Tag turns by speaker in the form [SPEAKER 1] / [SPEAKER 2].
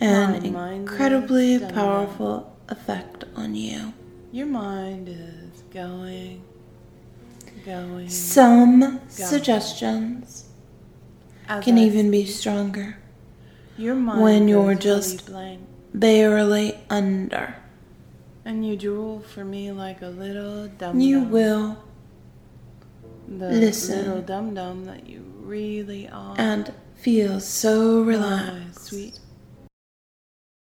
[SPEAKER 1] an
[SPEAKER 2] My mind is
[SPEAKER 1] incredibly
[SPEAKER 2] done.
[SPEAKER 1] powerful effect on you.
[SPEAKER 2] Your mind is going, going.
[SPEAKER 1] Some suggestions
[SPEAKER 2] As
[SPEAKER 1] can
[SPEAKER 2] I-
[SPEAKER 1] even be stronger.
[SPEAKER 2] your mind
[SPEAKER 1] when you're
[SPEAKER 2] goes really
[SPEAKER 1] just-
[SPEAKER 2] blank,
[SPEAKER 1] Barely under.
[SPEAKER 2] and you drool for me like a little dum.
[SPEAKER 1] You will,
[SPEAKER 2] the
[SPEAKER 1] listen.
[SPEAKER 2] little dum dum that you really are.
[SPEAKER 1] and feel so
[SPEAKER 2] My
[SPEAKER 1] relaxed.
[SPEAKER 2] sweet